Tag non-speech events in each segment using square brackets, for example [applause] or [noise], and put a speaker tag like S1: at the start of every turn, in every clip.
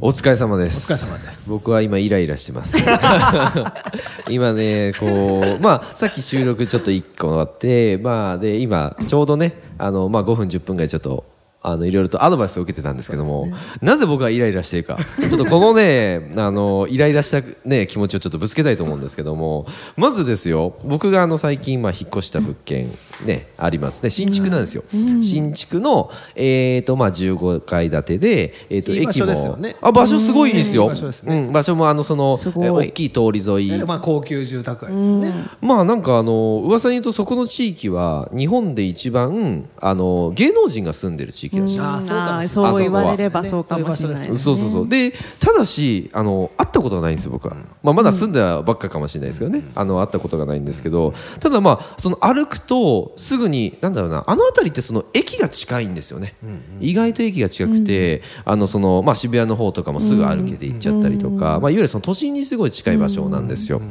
S1: お疲れ様です。
S2: お疲れ様です
S1: 僕は今イライラして
S2: [laughs]
S1: ます。今ね、こう、まあ、さっき収録ちょっと1個あって、まあ、で、今、ちょうどね、あの、まあ、5分、10分ぐらいちょっと、あの、いろいろとアドバイスを受けてたんですけども、なぜ僕はイライラしてるか。ちょっとこのね、あの、イライラしたね、気持ちをちょっとぶつけたいと思うんですけども、まずですよ、僕があの、最近、まあ、引っ越した物件、ね、ありますね。新築なんですよ。新築の、えっと、まあ、15階建てで、えっと、
S2: いい場
S1: 駅
S2: 所
S1: も、
S2: ですよね
S1: あ、場所すごいですよ。
S2: うんいい場所ですね
S1: うん、場所もあのその
S3: すごい
S1: え大きい通り沿い。
S2: まあ、高級住宅街ですよね。
S1: まあなんかあの噂に言うとそこの地域は日本で一番あの芸能人が住んでる地域らしいです。
S2: あそうか
S3: あ
S2: も
S3: ー
S1: れ
S2: し
S3: そ
S1: ないう
S3: 言われれば
S2: あ
S3: そ
S2: そううか
S3: か
S2: も
S3: も
S2: し
S3: し
S2: れ
S3: れ
S2: ない
S3: な
S2: う
S3: い
S2: ん
S3: です
S1: そうそうそうでただしあの会ったことがないんですよ、僕は、まあ、まだ住んだばっかかもしれないですけどね、あの会ったことがないんですけどただ、まあ、その歩くとすぐになんだろうなあの辺りってその駅が近いんですよね、意外と駅が近くて、あのそのまあ、渋谷の方とかもすぐ歩けて行っちゃったりとか、まあ、いわゆるその都心にすごい近い場所なんですよ。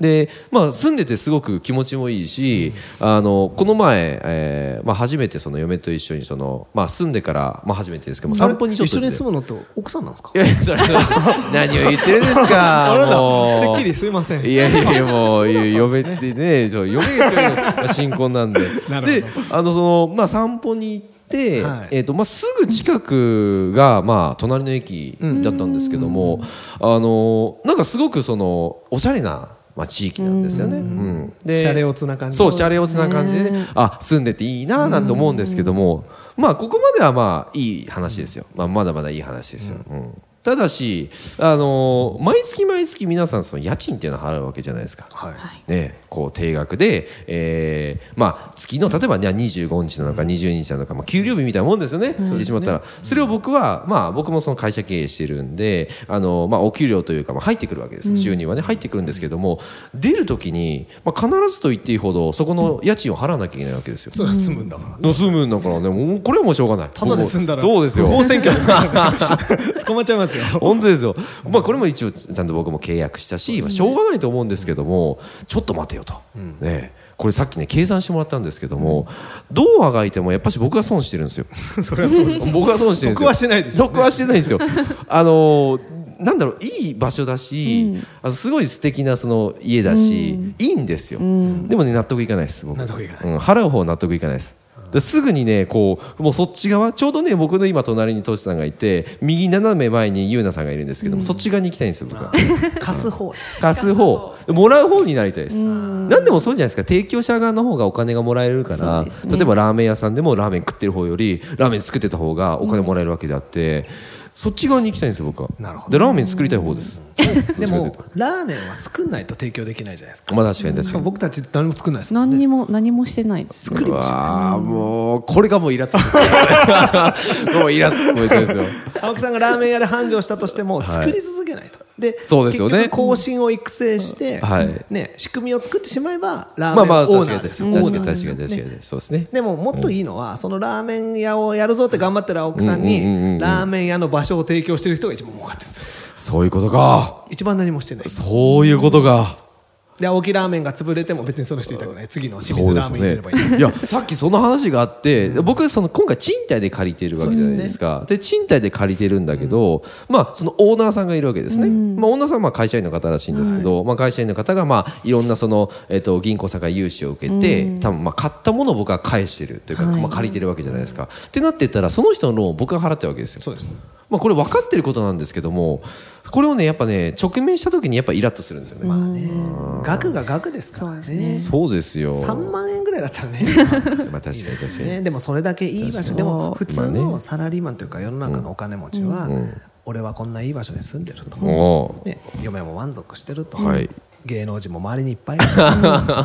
S1: でまあ、住んでてすごく気持ちもいいしあのこの前、えーまあ、初めてその嫁と一緒にその、まあ、住んでから、まあ、初めてですけども散歩にちょっと
S2: 一緒
S1: 出
S2: に
S1: て
S2: 住むのって奥さんなんですか
S1: いやいやそれ
S2: [laughs]
S1: は何を言ってるんですか
S2: あらら
S1: もう
S2: てっきりすいません
S1: いやいやいやもう嫁ってねそう嫁が一番の新婚なんで
S2: [laughs] なるほど
S1: であのそのまあ散歩に行って、
S2: はい
S1: えっ、とまあすぐ近くがまあ隣の駅だったんですけども、あのなんかすごくそのおしゃれなまあ地域なんですよね。うんで
S2: シャレオツな感じ
S1: そうシャレオツな感じでねあ住んでていいななんて思うんですけども、まあここまではまあいい話ですよ、まあ、まだまだいい話ですよ、うんただし、あのー毎月毎月皆さんその家賃っていうのは払うわけじゃないですか、
S2: はい
S1: ね、こう定額で、えーまあ、月の例えば、ね、25日なのか20日なのか、まあ、給料日みたいなもんですよね、言ってしまったらそれを僕は、まあ、僕もその会社経営してるんであの、まあ、お給料というか、まあ、入ってくるわけですよ収入はね入ってくるんですけども出る時に、まあ、必ずと言っていいほどそこの家賃を払わなきゃいけないわけですよ。
S2: それは住むんだから。
S1: 盗むんだからねもうこれはもうしょうがない
S2: ただで住んだら。
S1: そうですよ
S2: 不法占拠ですからね。 [laughs] 捕まっちゃいますよ。
S1: [laughs] 本当ですよ、まあ、これも一応ちゃんと僕も契約したし、まあ、しょうがないと思うんですけどもちょっと待てよと、ねえ、これさっきね計算してもらったんですけどもどうあがいてもやっぱし僕が損してるんですよ
S2: [laughs] それはそうです。
S1: 僕が損してるんですよ
S2: 得はしてないでしょうね
S1: 得はしてないんですよ
S2: [laughs]
S1: あのーなんだろういい場所だし、あのすごい素敵なその家だし、いいんですよ、でもね納得いかないです僕
S2: 納得いかない
S1: うん、払う方は納得いかないです。ですぐにねこうもうそっち側ちょうどね僕の今隣にトシさんがいて右斜め前に優奈さんがいるんですけども、そっち側に行きたいんですよ僕は
S2: 貸す方。
S1: 貸す方もらう方になりたいです何でもそうじゃないですか提供者側の方がお金がもらえるから、例えばラーメン屋さんでもラーメン食ってる方よりラーメン作ってた方がお金もらえるわけであって、そっち側に行きたいんですよ僕は
S2: なるほ
S1: で
S2: ど
S1: ラーメン作りたい方です、
S2: で
S1: どっ
S2: も
S1: ちかという、
S2: ラーメンは作んないと提供できないじゃないですか。
S1: まあ確かに
S2: し
S1: 確か
S2: かも
S1: に
S2: 僕たち何も作んないですもん
S3: 何
S2: ね。
S3: にも何もしてないです
S1: 作りもしますもうこれがもうイラッとする [laughs] もうイラッとするですよ
S2: 青木さんがラーメン屋で繁盛したとしても、作り続けないと。で、
S1: そうですよね
S2: 結局更新を育成して
S1: はい、
S2: ね、仕組みを作ってしまえば、
S1: ま
S2: ラーメ
S1: あ
S2: ン
S1: まあ
S2: オー
S1: 確
S2: ナ
S1: か
S2: ー
S1: に
S2: で
S1: 確
S2: す
S1: か
S2: よ
S1: に確
S2: ね。
S1: かに確かに確かにそうですね
S2: でももっといいのは、そのラーメン屋をやるぞって頑張ってる青木さんに、
S1: うんうんうんうん
S2: ラーメン屋の場所を提供してる人が一番儲かってるんですよ
S1: そういうことか
S2: 一番何もしてない
S1: そういうことか
S2: で青木ラーメンが潰れても別にその人いたくない次の清
S1: そう
S2: 水
S1: で
S2: ラー
S1: す
S2: メンに入れ
S1: ね
S2: ばいい、
S1: いやさっきその話があって、僕その今回賃貸で借りてるわけじゃないですかで賃貸で借りてるんだけど、まあそのオーナーさんがいるわけですね、まあ、オーナーさんはまあ会社員の方らしいんですけど、まあ、会社員の方がまあいろんなその、えっと銀行さんから融資を受けて、多分まあ買ったものを僕は返してるというか、まあ、借りてるわけじゃないですか、ってなってったらその人のローンを僕が払ってるわけですよ
S2: そうです
S1: まあ、これ分かってることなんですけどもこれをねやっぱね直面した時にやっぱイラッとするんですよね、
S2: 額が額ですからね
S1: そうですよ
S2: 3万円ぐらいだったらね
S1: まあ確かに確かに
S2: ねでもそれだけいい場所でも普通
S1: まあ
S2: のサラリーマンというか世の中のお金持ちは、俺はこんないい場所で住んでると、
S1: おー
S2: ね、嫁も満足してると、
S1: はい
S2: 芸能人も周りにいっ
S1: [laughs]
S2: ぱいいる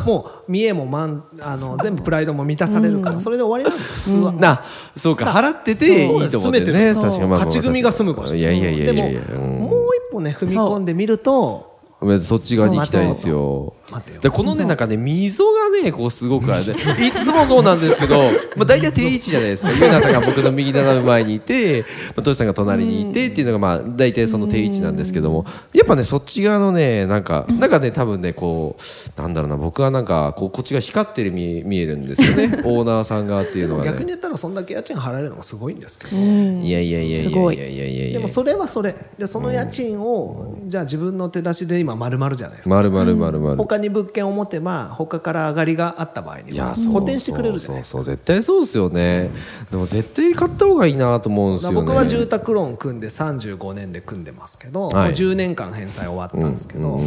S2: ともう見栄も満あの全部プライドも満たされるから、それで終わりなんですよ普通は、
S1: なそうか払ってていいと思ってるね
S2: そう
S1: 確かまあまあ
S2: 勝ち組が住む場所
S1: いやいやいやいやいや
S2: でも、
S1: うん
S2: もう一歩ね踏み込んでみると
S1: うんそっち側に行きたいんですよ
S2: 待てよ
S1: でこのねなんかね溝がねこうすごくあれでいつもそうなんですけど、まあ、大体定位置じゃないですかゆうなさんが僕の右斜め前にいて、まあ、トシさんが隣にいてっていうのがまあ大体その定位置なんですけどもやっぱねそっち側のねなんかなんかね多分ねこうなんだろうな僕はなんかこうこっちが光ってる見見えるんですよ
S2: [laughs]
S1: ねオーナーさん側っていうのが
S2: 逆に
S1: ね
S2: 言ったらそんだけ家賃払えるのがすごいんですけど、
S1: いやいやいやいや
S3: す
S1: いや
S3: ごい
S1: いやいやいやい
S2: で
S1: や
S2: もそれはそれでその家賃を、じゃあ自分の手出しで今丸々じゃないですか、
S1: まるまるまるまる
S2: 他に物件を持てば他から上がりがあった場合
S1: い
S2: には
S1: やそう
S2: 補填してくれるじゃないです
S1: そ
S2: か
S1: うそうそう絶対そうですよね、でも絶対買った方がいいなと思うんですよね
S2: 僕は住宅ローン組んで35年で組んでますけど、
S1: はい
S2: もう10年間返済終わったんですけど、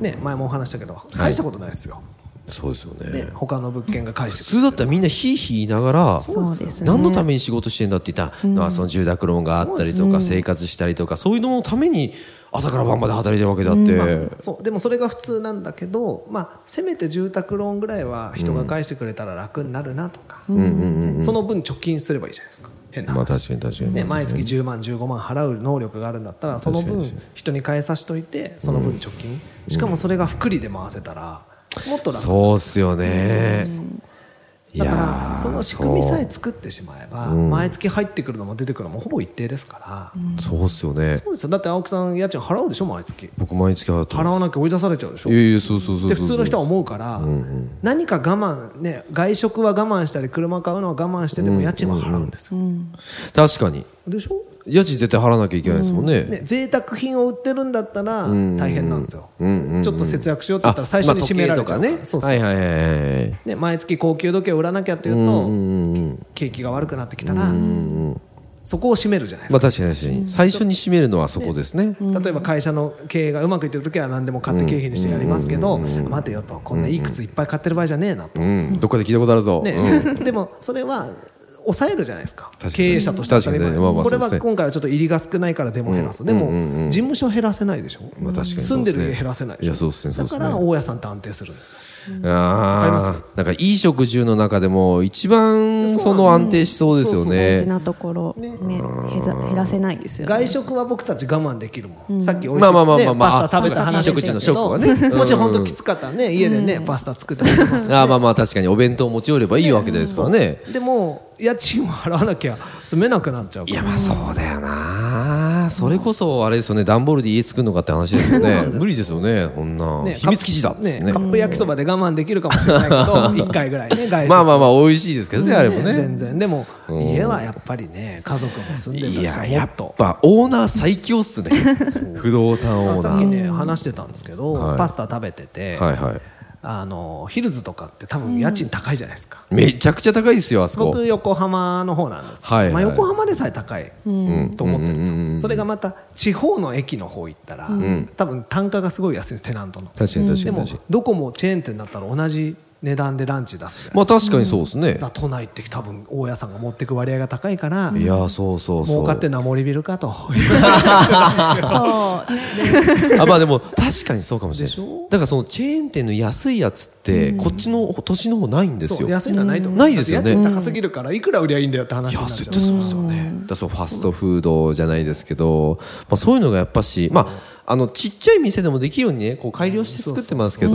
S2: ね、前もお話したけど返したことないですよ、
S1: そうですよね
S2: ね、他の物件が返して
S1: 普
S2: くれ
S1: 通だったらみんなひいひい言いながら
S3: そうですね
S1: 何のために仕事してんだって言ったら、まあその住宅ローンがあったりとか生活したりとかそういうののために朝から晩まで働いてるわけだって、
S2: そうでもそれが普通なんだけど、まあ、せめて住宅ローンぐらいは人が返してくれたら楽になるなとか、ねその分貯金すればいいじゃないですか変な
S1: まあ
S2: 話、
S1: 確かに確かに、
S2: ね、毎月10万15万払う能力があるんだったらその分人に返さしといてその分貯金、しかもそれが福利で回せたらもっと楽
S1: そうっすよね、い
S2: だ
S1: や
S2: から
S1: ー
S2: その仕組みさえ作ってしまえば毎月入ってくるのも出てくるのもほぼ一定ですから、
S1: そうそうっすよね
S2: そうですよだって青木さん家賃払うでしょ毎月
S1: 僕毎月払って
S2: 払
S1: ま
S2: わなきゃ追い出されちゃうでしょ
S1: すいやいやそうそうそうそう
S2: で普通の人は思うから、何か我慢ね外食は我慢したり車買うのは我慢してでも家賃は払うんですよ、
S1: 確かに
S2: でしょ、
S1: 家賃絶対払わなきゃいけないですもんね、
S2: ね、贅沢品を売ってるんだったら大変なんですよ、ちょっと節約しようって言
S1: あ
S2: ったら最初に
S1: まあ
S2: 締められちゃう
S1: 時計
S2: から
S1: とかね
S2: そうそうそう
S1: はいはいはいはい
S2: ね、毎月高級時計を売らなきゃっていうと、景気が悪くなってきたら、そこを締めるじゃないです
S1: まあ
S2: か、
S1: 確かに確かに最初に締めるのはそこですね
S2: 例えば会社の経営がうまくいってる時は何でも買って経費にしてやりますけど、待てよとこんないい靴いっぱい買ってる場合じゃねえなと、
S1: うんどっかで聞いたことあるぞ
S2: ね [laughs] でもそれは抑えるじゃないですか
S1: かに
S2: 経営者として当たり前
S1: 確かにねまあまあ
S2: これ
S1: そうで
S2: は
S1: すね
S2: 今回はちょっと入りが少ないからでも減らす、でも、事務所減らせないでしょ、
S1: まあ確かに
S2: 住んでる家減らせないでし
S1: い
S2: ょ
S1: やそうっすねそうっすね
S2: だから大家さんって安定するんですよ
S1: うんああなんかいい食住の中でも一番その安定しそうですよ
S3: 大事
S1: ね
S3: なところ、ね減ら減らせないですよね。
S2: 外食は僕たち我慢できるもん、さっきおいし
S1: まあ
S2: く
S1: まあまあま
S2: ね
S1: あまあ
S2: パスタ食べた話
S1: そうか
S2: した
S1: 飲食時の
S2: けど、
S1: 食はね
S2: もし本当きつかったらね家でね、パスタ作ってもらいます
S1: ああまあまあ確かにお弁当持ち寄ればいいわけですからね
S2: でも家賃を払わなきゃ住めなくなっちゃうか
S1: い
S2: ら
S1: やまあそうだよなそれこそあれですよね段ボールで家作るのかって話ですよ [laughs] ね無理ですよねこんな
S2: ね
S1: 秘密基地だっつって
S2: ね
S1: ね
S2: カップ焼きそばで我慢できるかもしれないけど1回ぐらいね外食
S1: まあまあまあ美味しいですけどねあれも
S2: ね
S1: ね
S2: 全然でも家はやっぱりね家族も住んで
S1: い
S2: た
S1: や
S2: りしも
S1: や
S2: っ
S1: っ
S2: と
S1: ぱオーナー最強っす
S2: [laughs]
S1: ね不動産オー
S2: さっ
S1: ナ
S2: き
S1: ー
S2: ね話してたんですけど
S1: はい
S2: パスタ食べてて
S1: はいはい
S2: あのヒルズとかって多分家賃高いじゃないですか
S1: めちゃくちゃ高いですよあそこ
S2: 僕横浜の方なんですけど、
S1: はいはい
S2: まあ、横浜でさえ高いと思ってるんですよ、
S1: うんうんうんうん
S2: それがまた地方の駅の方行ったら、多分単価がすごい安いんですテナントの
S1: 確かに確かに
S2: でも
S1: 確かに
S2: どこもチェーン店だったら同じ値段でランチ出すじゃない
S1: まあ確かにそうですね
S2: だから都内って多分大家さんが持ってく割合が高いから
S1: いやーそうそうそ
S2: 儲
S1: う
S2: かってんのは森ビルかという
S3: そう
S1: あまあでも確かにそうかもしれないですだからそのチェーン店の安いやつってこっちの都市の方ないんです
S2: そ
S1: よ
S2: う
S1: いや
S2: [laughs] 安いのはないと思う
S1: ないですよね
S2: だって家賃高すぎるからいくら売りゃいいんだよって話になっち
S1: 絶
S2: ゃう
S1: 対そうですよねだからそうファストフードじゃないですけどまあそういうのがやっぱしまああのちっちゃい店でもできるようにねこう改良して作ってますけど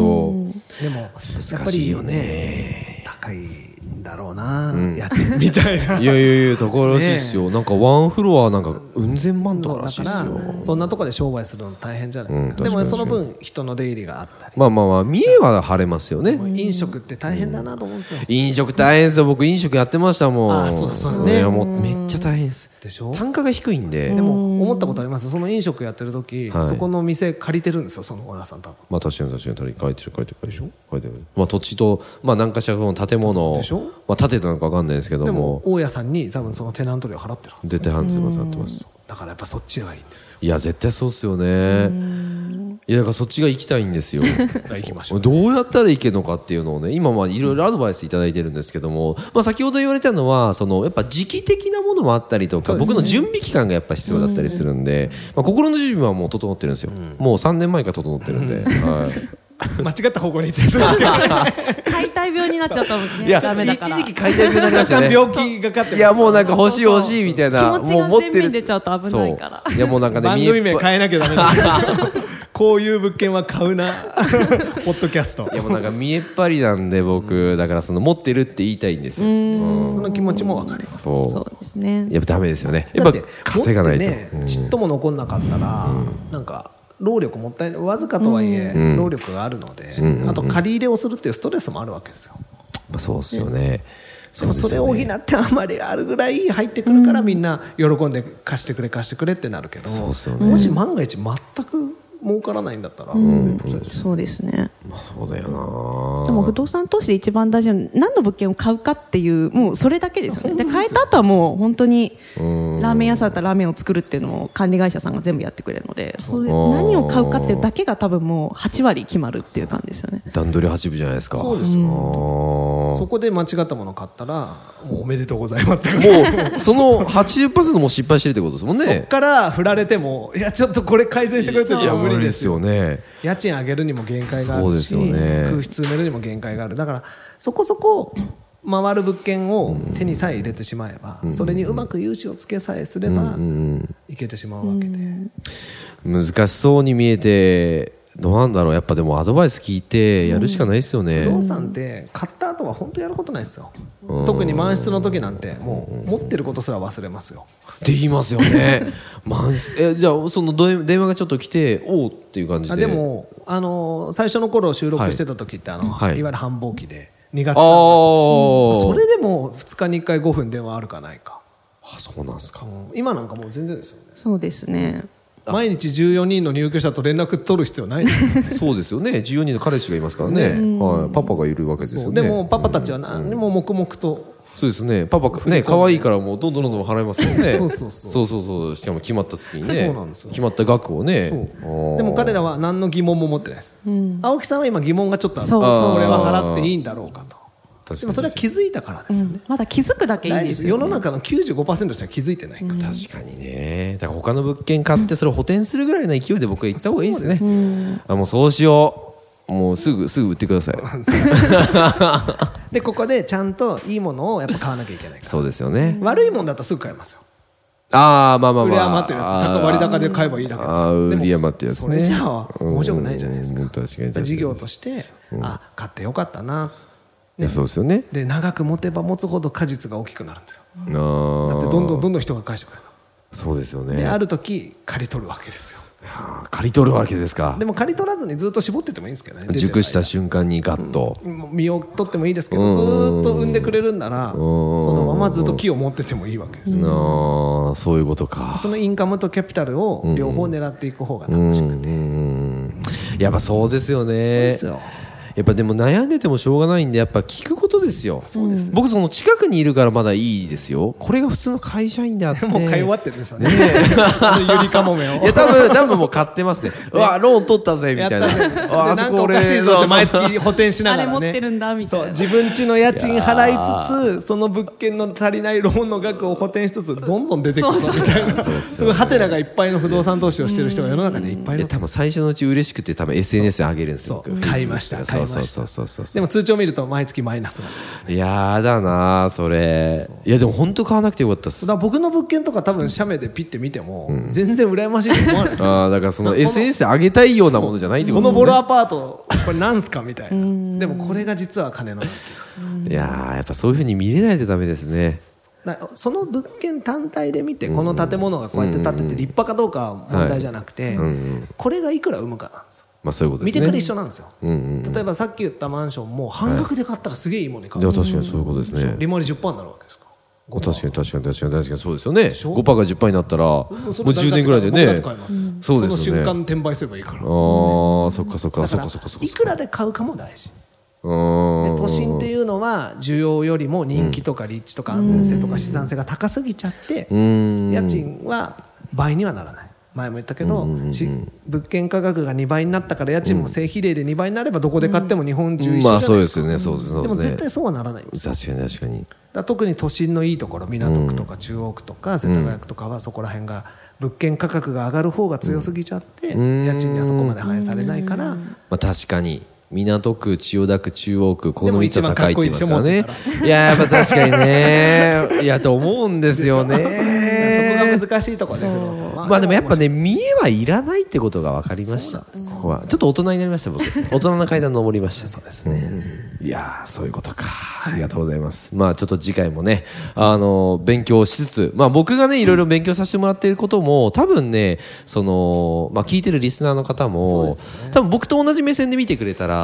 S2: でもやっぱ
S1: 難し
S2: り
S1: いよ
S2: ね高いんだろうな、家賃みたいな。
S1: いやいやいや高いらしいですよなんかワンフロアなんかうん千万とからしいですよ
S2: そんなとこで商売するの大変じゃないですか、
S1: うん
S2: でも
S1: 確
S2: そ
S1: か
S2: の
S1: に
S2: 分人の出入りがあったり
S1: まあまあまあ三重は晴れますよね
S2: 飲食って大変だなと思うんですよ、
S1: 飲食大変ですよ僕飲食やってましたもん
S2: あそうだそうだね
S1: いやもうめっちゃ大変です
S2: でしょ
S1: 単価が低いんで
S2: でも思ったことありますその飲食やってる時、
S1: はい
S2: そこの店借りてるんですよそのオーナーさん多分
S1: まあ確かに確かに書いてる書いてる書いてる書いてるまあ土地とまあ何かしらこの建物を
S2: でしょ
S1: まあ建てたのかわかんないですけど
S2: で
S1: も
S2: も大家さんに多分そのテナント料払ってるはず
S1: 絶対反対ます反対ます
S2: だからやっぱそっちがいいん
S1: [laughs]
S2: ですよ
S1: いや絶対そうっすよねいやだからそっちが行きたいんですよ
S2: じゃあ行きましょう
S1: どうやったらいけるのかっていうのをね今まあいろいろアドバイスいただいてるんですけども、まあ、先ほど言われたのはそのやっぱ時期的なものもあったりとか、僕の準備期間がやっぱ必要だったりするんで、まあ、心の準備はもう整ってるんですよ、もう3年前から整ってるんで、はい
S2: 間違った方向に行っちゃい
S1: [laughs]
S2: そうですけど
S3: 解体病になっちゃったもんね。
S1: いや
S3: ダメだから
S1: 一時期解体病になりました
S2: 若
S1: ね
S2: 干病気がかって
S1: い
S2: る
S1: やもうなんか欲しい欲しいみたいな
S3: そうそうそう
S1: もう持って
S3: 気
S1: る [laughs]
S3: 持ちが前面に出ちゃうと危ないから
S1: そういやもうなんかね [laughs]
S2: 番組名変えなきゃダメなんですよこういう物件は買うなポッドキャスト
S1: いやもうなんか見えっ張りなんで僕だからその持ってるって言いたいんですようん
S2: その気持ちもわかります
S1: そ
S3: そうですね
S1: うやっぱダメですよねや
S2: だ
S1: っ
S2: っ
S1: ぱ
S2: て
S1: 稼がないと
S2: 持って
S1: う
S2: ね
S1: ん
S2: ちっとも残んなかったら、なんか労力もったいないわずかとはいえ、
S1: ん
S2: 労力があるので、あと借り入れをするっていうストレスもあるわけですよ
S1: まあそうですよね
S2: でも
S1: うですよ
S2: そ
S1: ね
S2: れを補ってあまりあるぐらい入ってくるからみんな喜んで貸してくれ貸してくれってなるけど、
S1: そうっすよね
S2: もし万が一全く儲からないんだったら、
S3: そうですね
S1: まあそうだよな
S3: でも不動産投資で一番大事なのは何の物件を買うかっていうもうそれだけですよねで買えた後はもう本当にラーメン屋さんだったらラーメンを作るっていうのを管理会社さんが全部やってくれるのでそれ
S1: うん
S3: 何を買うかっていうだけが多分もう8割決まるっていう感じですよね
S1: 段取り八分じゃないですか
S2: そうですよ
S1: あー
S2: そこで間違ったもの買ったらもうおめでとうございますって感じ
S1: もうその80%も失敗してるってことですもん
S2: そっ
S1: ね
S2: から振られてもいやちょっとこれ改善してくれって
S1: いや
S2: 無
S1: 無
S2: 理
S1: 理
S2: で
S1: ですす
S2: よ
S1: よね
S2: 家賃上げるにも限界があ
S1: そう
S2: る
S1: で
S2: し、
S1: すよね
S2: 空室埋めるにも限界があるだからそこそこ回る物件を手にさえ入れてしまえば、それにうまく融資をつけさえすれば、いけてしまうわけで、
S1: 難しそうに見えてどうなんだろうやっぱでもアドバイス聞いてやるしかないですよね
S2: 不動産って買った後は本当やることないですよ、特に満室の時なんてもう持ってることすら忘れますよ、
S1: って言いますよね [laughs] 満室えじゃあそのど電話がちょっと来ておうっていう感じ
S2: あ
S1: で
S2: でも、あの最初の頃収録してた時ってあの、
S1: はい
S2: い、わゆる繁忙期で2月
S1: あー
S2: それでも2日に1回5分電話あるかないか
S1: あそうなんですか
S2: 今なんかもう全然ですよね
S3: そうですね
S2: 毎日14人の入居者と連絡取る必要な
S1: [laughs]
S2: いですよね
S1: そうですよね14人の彼氏がいますからね、はい、パパがいるわけですよ
S2: そう
S1: ね
S2: でもパパたちは何にも黙々と
S1: そうですねパパね可愛いからもうどんどんどんどん払いますよね
S2: [laughs] そうそうそう
S1: そうそうそうしかも決まった月にね
S2: そうなんですよ
S1: 決まった額をね
S2: そう
S1: あー
S2: でも彼らは何の疑問も持ってないです、青木さんは今疑問がちょっとあるんです
S3: そうそう
S2: これは払っていいんだろうかと
S1: 確かに
S2: でもそれは気づいたからですよね、
S3: まだ気づくだけいい
S2: 大事
S3: で
S2: ですす
S3: よ
S2: 世の
S3: ね
S2: 中の95%の人は気づいてないから、
S1: 確かにねだから他の物件買ってそれを補填するぐらいの勢いで僕は行った方がいいですねあもうそうしようもうすぐすぐ売ってください
S2: でここでちゃんといいものをやっぱ買わなきゃいけないから
S1: そうですよね
S2: 悪いもんだったらすぐ買えますよ
S1: ああまあまあ
S2: 売
S1: まあ
S2: れ余ってるやつ高割高で買えばいいだけ
S1: あー
S2: でも
S1: 売り余ってるやつね
S2: それじゃあ面白くないじゃないですか
S1: うん確かに確かに
S2: 事業としてあ買ってよかったな、
S1: いやそうですよね
S2: で長く持てば持つほど果実が大きくなるんですよ
S1: あー
S2: だってどんどんどんどん人が返してくれる
S1: そうですよ
S2: ので
S1: ね
S2: ある時借り取るわけですよ
S1: はあ借り取るわけですか
S2: でも借り取らずにずっと絞っててもいいんですけどね
S1: 熟した瞬間にガッと、
S2: 身を取ってもいいですけ
S1: うん
S2: どずーっと産んでくれるんならそのままずっと木を持っててもいいわけですよ
S1: あーそういうことか
S2: そのインカムとキャピタルを両方狙っていく方が
S1: う
S2: 楽
S1: ん
S2: しい
S1: うんうんやっぱそうですよね
S2: ですよ
S1: やっぱでも悩んでてもしょうがないんでやっぱ聞くことですよ僕その近くにいるからまだいいですよこれが普通の会社員であって
S2: もう買い終わってるんでしょうねあのゆりかもめを
S1: いや多分多分もう買ってますねうわローン取ったぜみたいな
S2: やったね
S1: うわあ
S2: でな
S1: そ
S2: んか
S1: こ
S2: お
S1: 俺
S2: かしいぞって毎
S1: そうそう
S2: 月補填しながらね
S3: あれ持ってるんだみたいな
S2: そう自分家の家賃払いつつその物件の足りないローンの額を補填しつつどんどん出てくるぞみたいなすごいハテナがいっぱいの不動産投資をしてる人が世の中にはいっぱいい
S1: いや
S2: る
S1: 多分最初のうち嬉しくて多分 SNS で上げるんですよ
S2: そう
S1: 僕
S2: 買いました
S1: そうそう
S2: 買いまし
S1: そう
S2: た
S1: そうそうそう
S2: でも通帳見ると毎月マイナスなんですよ
S1: いやーだなーそれいやでも本当買わなくてよかったっす
S2: だから僕の物件とか多分写メでピッて見ても全然羨ましいと思わないですよ
S1: あーだからその SNS で上げたいようなものじゃないってこ
S2: ことの
S1: ね
S2: ボロアパートこれなんすかみたいなでもこれが実は金のなっていう
S1: いやーやっぱそういうふうに見れないとダメですね
S2: だその物件単体で見てこの建物がこうやって建ってて立派かどうかは問題じゃなくて、
S1: うんうん
S2: これがいくら生むかなんですよ
S1: まあそういうことで
S2: 見
S1: す
S2: て
S1: ね
S2: くれ一緒なんですよ、
S1: うんうん
S2: 例えばさっき言ったマンションも半額で買ったらすげえいいものに買、
S1: いうや確かにそういうことですね
S2: 利回り10%になるわけですか
S1: 確かに確かに確かに確かにそうですよね
S2: ょ
S1: 5%が10%になったらもう
S2: その段
S1: 10
S2: 階
S1: 年ぐらいで
S2: 僕だっ
S1: ね
S2: て買います
S1: そうです
S2: そ
S1: よ
S2: の瞬
S1: ね
S2: 間転売すればいいから
S1: あーそっかそっか
S2: だ
S1: そ
S2: か
S1: っか
S2: ら
S1: そっかそっか
S2: いくらで買うかも大事
S1: うーん
S2: で都心っていうのは需要よりも人気とか立地とか安全性とか資産性が高すぎちゃって
S1: ん
S2: 家賃は倍にはならない前も言ったけどし物件価格が2倍になったから家賃も正比例で2倍になればどこで買っても日本中一緒じゃ
S1: ま
S2: な
S1: あ
S2: い
S1: そう
S2: で
S1: ですす
S2: か
S1: よねそうですそう
S2: でも
S1: です
S2: 絶
S1: ね
S2: 対そうはならないんです
S1: 確かに確かに
S2: だから特に都心のいいところ港区とか中央区とか世田谷区とかはそこら辺が物件価格が上がる方が強すぎちゃって家
S1: ん
S2: 賃にはそこまで反映されないから
S1: まあ確かに港区千代田区中央区ここの
S2: でも
S1: 3つ
S2: 一
S1: は
S2: 番
S1: 高いって言いますからね
S2: かっこ [laughs]
S1: いややっぱ確かにねいやと思うんですよね
S2: そこが
S1: ね
S2: 難しいところで不動産は
S1: まあでもやっぱね見えはいらないってことが分かりましたここはちょっと大人になりました [laughs] 僕大人の階段登りましたそうですね、いやーそういうことかありがとうございますまあちょっと次回もねあのー勉強しつつまあ僕がねいろいろ勉強させてもらっていることも多分ねそのまあ聞いてるリスナーの方も、多分僕と同じ目線で見てくれたら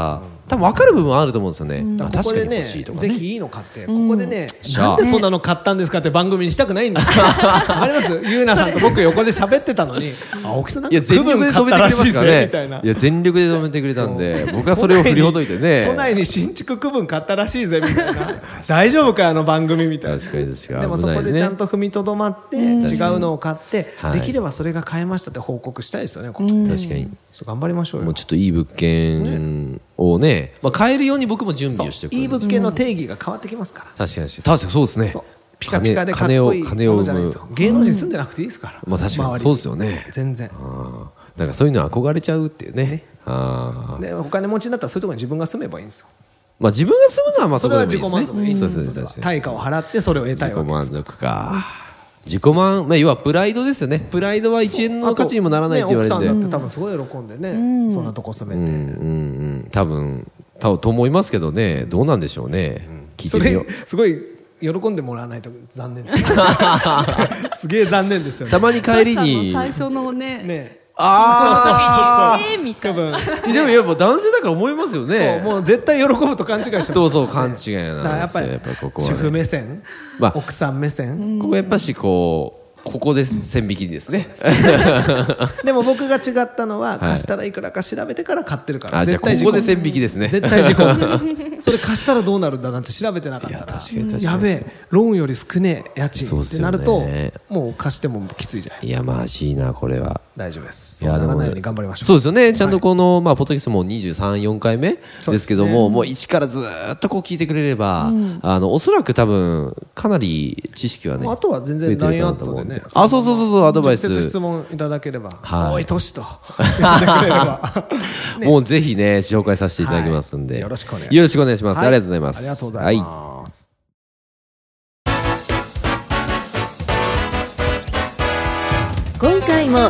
S1: 多分分かる部分はあると思うんですよね、あ
S2: ここ
S1: 確か
S2: で
S1: に
S2: ね
S1: 欲しいとか
S2: ぜ
S1: ね
S2: ひいいの買って、ここでね、
S1: しゃあ
S2: なんでそんなの買ったんですかって番組にしたくないんですよ。ありますゆうなさんと僕横で喋ってたの
S1: [laughs]
S2: に、青木さんなん
S1: いや
S2: か
S1: 全力で止めてくれましたから
S2: 区分買ったら
S1: ね。
S2: しいぜみたいない
S1: や全力で止めてくれたんで僕はそれを振りほどい [laughs] てね
S2: 都内に新築区分買ったらしいぜみ
S1: [laughs]
S2: たいな大丈夫かあの番組みたいな
S1: 確かに確かに
S2: でもそこ
S1: 危ない
S2: で
S1: ね
S2: ちゃんと踏みとどまって違うのを買って
S1: はい
S2: できればそれが買えましたって報告したいですよねこう
S1: 確かに
S2: そう頑張りましょう
S1: もう
S2: よ
S1: ちょっといい物件をね、まあ、買えるように僕も準備をしておく
S2: いい物件の定義が変わってきますから
S1: 確かに確かにそうですね
S2: そうピカピカでかっ
S1: 金
S2: こ
S1: を
S2: いい
S1: 金を
S2: ものじ
S1: 生
S2: ゃない
S1: む
S2: ですよ芸能人住んでなくていいですから
S1: まあ確かに
S2: 周り
S1: そうですよね
S2: 全然
S1: あーなんかそういうの憧れちゃうっていうねあー
S2: でお金持ちになったらそういうところに自分が住めばいいんですよ
S1: まあ自分が住むのはまあそ
S2: そ
S1: こ
S2: れ
S1: で
S2: は
S1: もい
S2: 自
S1: いです
S2: 己満
S1: ね
S2: 足でいいんです
S1: そうそうそ
S2: よそ
S1: う
S2: れは対価を払ってそれを得たい
S1: 自
S2: わ
S1: 己
S2: けで
S1: 満
S2: す
S1: 足か自己満、まあ、要はプライドですよねプライドは1円の価値にもならないって言われて
S2: ね奥さんだって多分すごい喜んでねそんなとこ住めて
S1: うんうん多分たと思いますけどねどうなんでしょうね、聞い
S2: そ
S1: てみよ
S2: れ
S1: う
S2: すごい喜んでもらわないと残念です
S1: [laughs]
S2: すげえ残念ですよ
S1: た
S2: ね
S1: まに帰りに
S3: 最初のね
S2: ね
S1: ああ
S3: えーみた
S2: 多
S3: いな
S2: 分
S1: でもやっぱ男性だから思いますよ
S2: そう
S1: ね
S2: もう絶対喜ぶと勘違いしてます
S1: そうそう勘違い
S2: だから
S1: なん
S2: や
S1: で
S2: っ
S1: す
S2: ぱ
S1: よ
S2: り
S1: やっぱりここは
S2: 主
S1: ね
S2: 婦目線
S1: まあ
S2: 奥さん目線
S1: ここやっぱしこうここです線引きですね
S2: でも僕が違ったのは
S1: はい
S2: 貸したらいくらか調べてから買ってるから
S1: あじゃあ
S2: 絶対
S1: こ
S2: 事
S1: こ
S2: 故
S1: で線引きですね
S2: 絶
S1: [laughs]
S2: 対事故それ貸したらどうなるんだなんて調べてなかった
S1: いや
S2: ら
S1: 確かに確かに
S2: やべえローンより少ねえ家
S1: そうっ
S2: 賃って
S1: す
S2: な
S1: よね
S2: るともう貸してもきついじゃないです
S1: いやまあしいなこれは
S2: か大丈夫です
S1: い
S2: そう
S1: や
S2: な
S1: で
S2: ら
S1: も
S2: な
S1: ね
S2: いように頑張りましょう
S1: そうですよねちゃんとこの、まあ、ポッドキャストも23、4回目
S2: そ
S1: で
S2: うですす
S1: けども、もう一からずーっとこう聞いてくれれば、あのおそらく多分かなり知識はね
S2: あとは全然
S1: 増えてる
S2: LINE
S1: か
S2: ア
S1: な
S2: ッ
S1: と
S2: ト
S1: 思
S2: で
S1: うん
S2: ね
S1: あそうそうそうそうアドバイス
S2: 直接質問いただければ
S1: はい
S2: 「おいトシ」と呼んでくれればね
S1: もうぜひね紹介させていただきますんで、
S2: はいよろしくお願いします
S1: よろしくお願いします、
S2: はい
S1: ありがとうございます
S2: ありがとうござい
S1: は
S2: ます
S4: 今回も